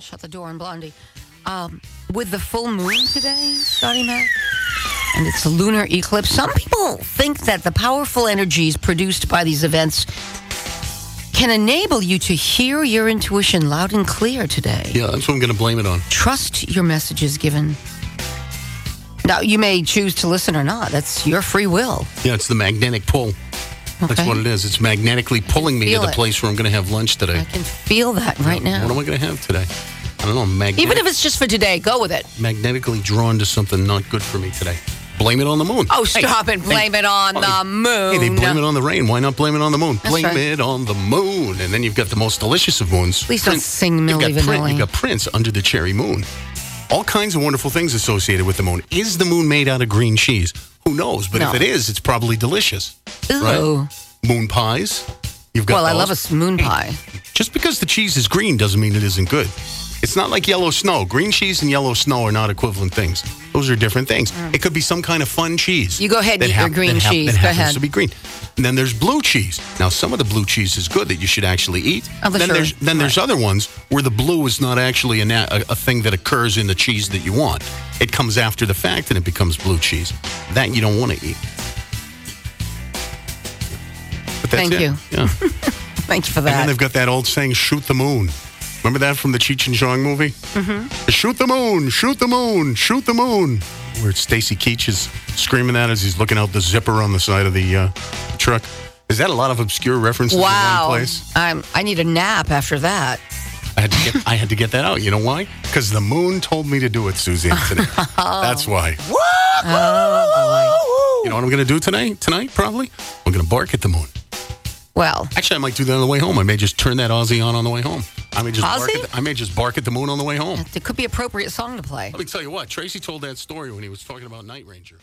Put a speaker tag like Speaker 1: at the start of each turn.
Speaker 1: Shut the door on Blondie. Um, with the full moon today, Scotty Mac, and it's a lunar eclipse. Some people think that the powerful energies produced by these events can enable you to hear your intuition loud and clear today.
Speaker 2: Yeah, that's what I'm going to blame it on.
Speaker 1: Trust your messages given. Now, you may choose to listen or not. That's your free will.
Speaker 2: Yeah, it's the magnetic pull. That's
Speaker 1: Okay.
Speaker 2: what it is. It's magnetically pulling me to
Speaker 1: Feel
Speaker 2: the
Speaker 1: it.
Speaker 2: place where I'm going to have lunch today.
Speaker 1: I can feel that right
Speaker 2: What am
Speaker 1: now.
Speaker 2: I going to have today? I don't know. Magnetic,
Speaker 1: Even if it's just for today, go with it.
Speaker 2: magnetically drawn to something not good for me today. Blame it on the moon.
Speaker 1: Oh, stop it. Blame it on
Speaker 2: Hey,
Speaker 1: the moon.
Speaker 2: Oh, Hey, they blame it on the rain. Why not blame it on the moon? blame
Speaker 1: right.
Speaker 2: it on the moon. And then you've got the most delicious of moons.
Speaker 1: Please don't sing
Speaker 2: You've got,
Speaker 1: Milli
Speaker 2: Prince,
Speaker 1: Vanilli.
Speaker 2: you've got Prince under the cherry moon. All kinds of wonderful things associated with the moon. Is the moon made out of green cheese? Who knows? But if
Speaker 1: No.
Speaker 2: it is, it's probably delicious.
Speaker 1: Ooh.
Speaker 2: Moon pies. You've got
Speaker 1: Well, I
Speaker 2: those.
Speaker 1: love a s- moon pie.
Speaker 2: Just because the cheese is green doesn't mean it isn't good. It's not like yellow snow. Green cheese and yellow snow are not equivalent things. Those are different things. It could be some kind of fun cheese.
Speaker 1: Mm. You go ahead and
Speaker 2: that
Speaker 1: eat your green
Speaker 2: that
Speaker 1: cheese.
Speaker 2: That
Speaker 1: Go
Speaker 2: happens
Speaker 1: ahead.
Speaker 2: to be green. And then there's blue cheese. Now, some of the blue cheese is good that you should actually eat.
Speaker 1: Oh, the
Speaker 2: then
Speaker 1: sure.
Speaker 2: there's then there's other ones where the blue is not actually a, na- a, a thing that occurs in the cheese that you want. It comes after the fact and it becomes blue cheese. That you don't want to eat. But that's
Speaker 1: Thank
Speaker 2: it.
Speaker 1: you.
Speaker 2: Yeah.
Speaker 1: Thank you for
Speaker 2: And then
Speaker 1: that.
Speaker 2: they've got that old saying, shoot the moon. Remember that from the Cheech and Chong movie? Mm-hmm. Shoot the moon, shoot the moon, shoot the moon. Where Stacy Keach is screaming that as he's looking out the zipper on the side of the uh, truck. Is that a lot of obscure references
Speaker 1: Wow.
Speaker 2: in one place?
Speaker 1: I'm, I need a nap after that.
Speaker 2: I had to get I had to get that out. You know why? Because the moon told me to do it, Suzanne, today. That's why.
Speaker 1: Oh,
Speaker 2: You know what I'm gonna do tonight? Tonight, probably? I'm gonna bark at the moon.
Speaker 1: boy. Well,
Speaker 2: Actually, I might do that on the way home. I may just turn that Aussie on on the way home. I may just bark
Speaker 1: Aussie?
Speaker 2: at the, I may just bark at the moon on the way home.
Speaker 1: it could be appropriate song to play.
Speaker 2: Let me tell you what, Tracy told that story when he was talking about Night Ranger.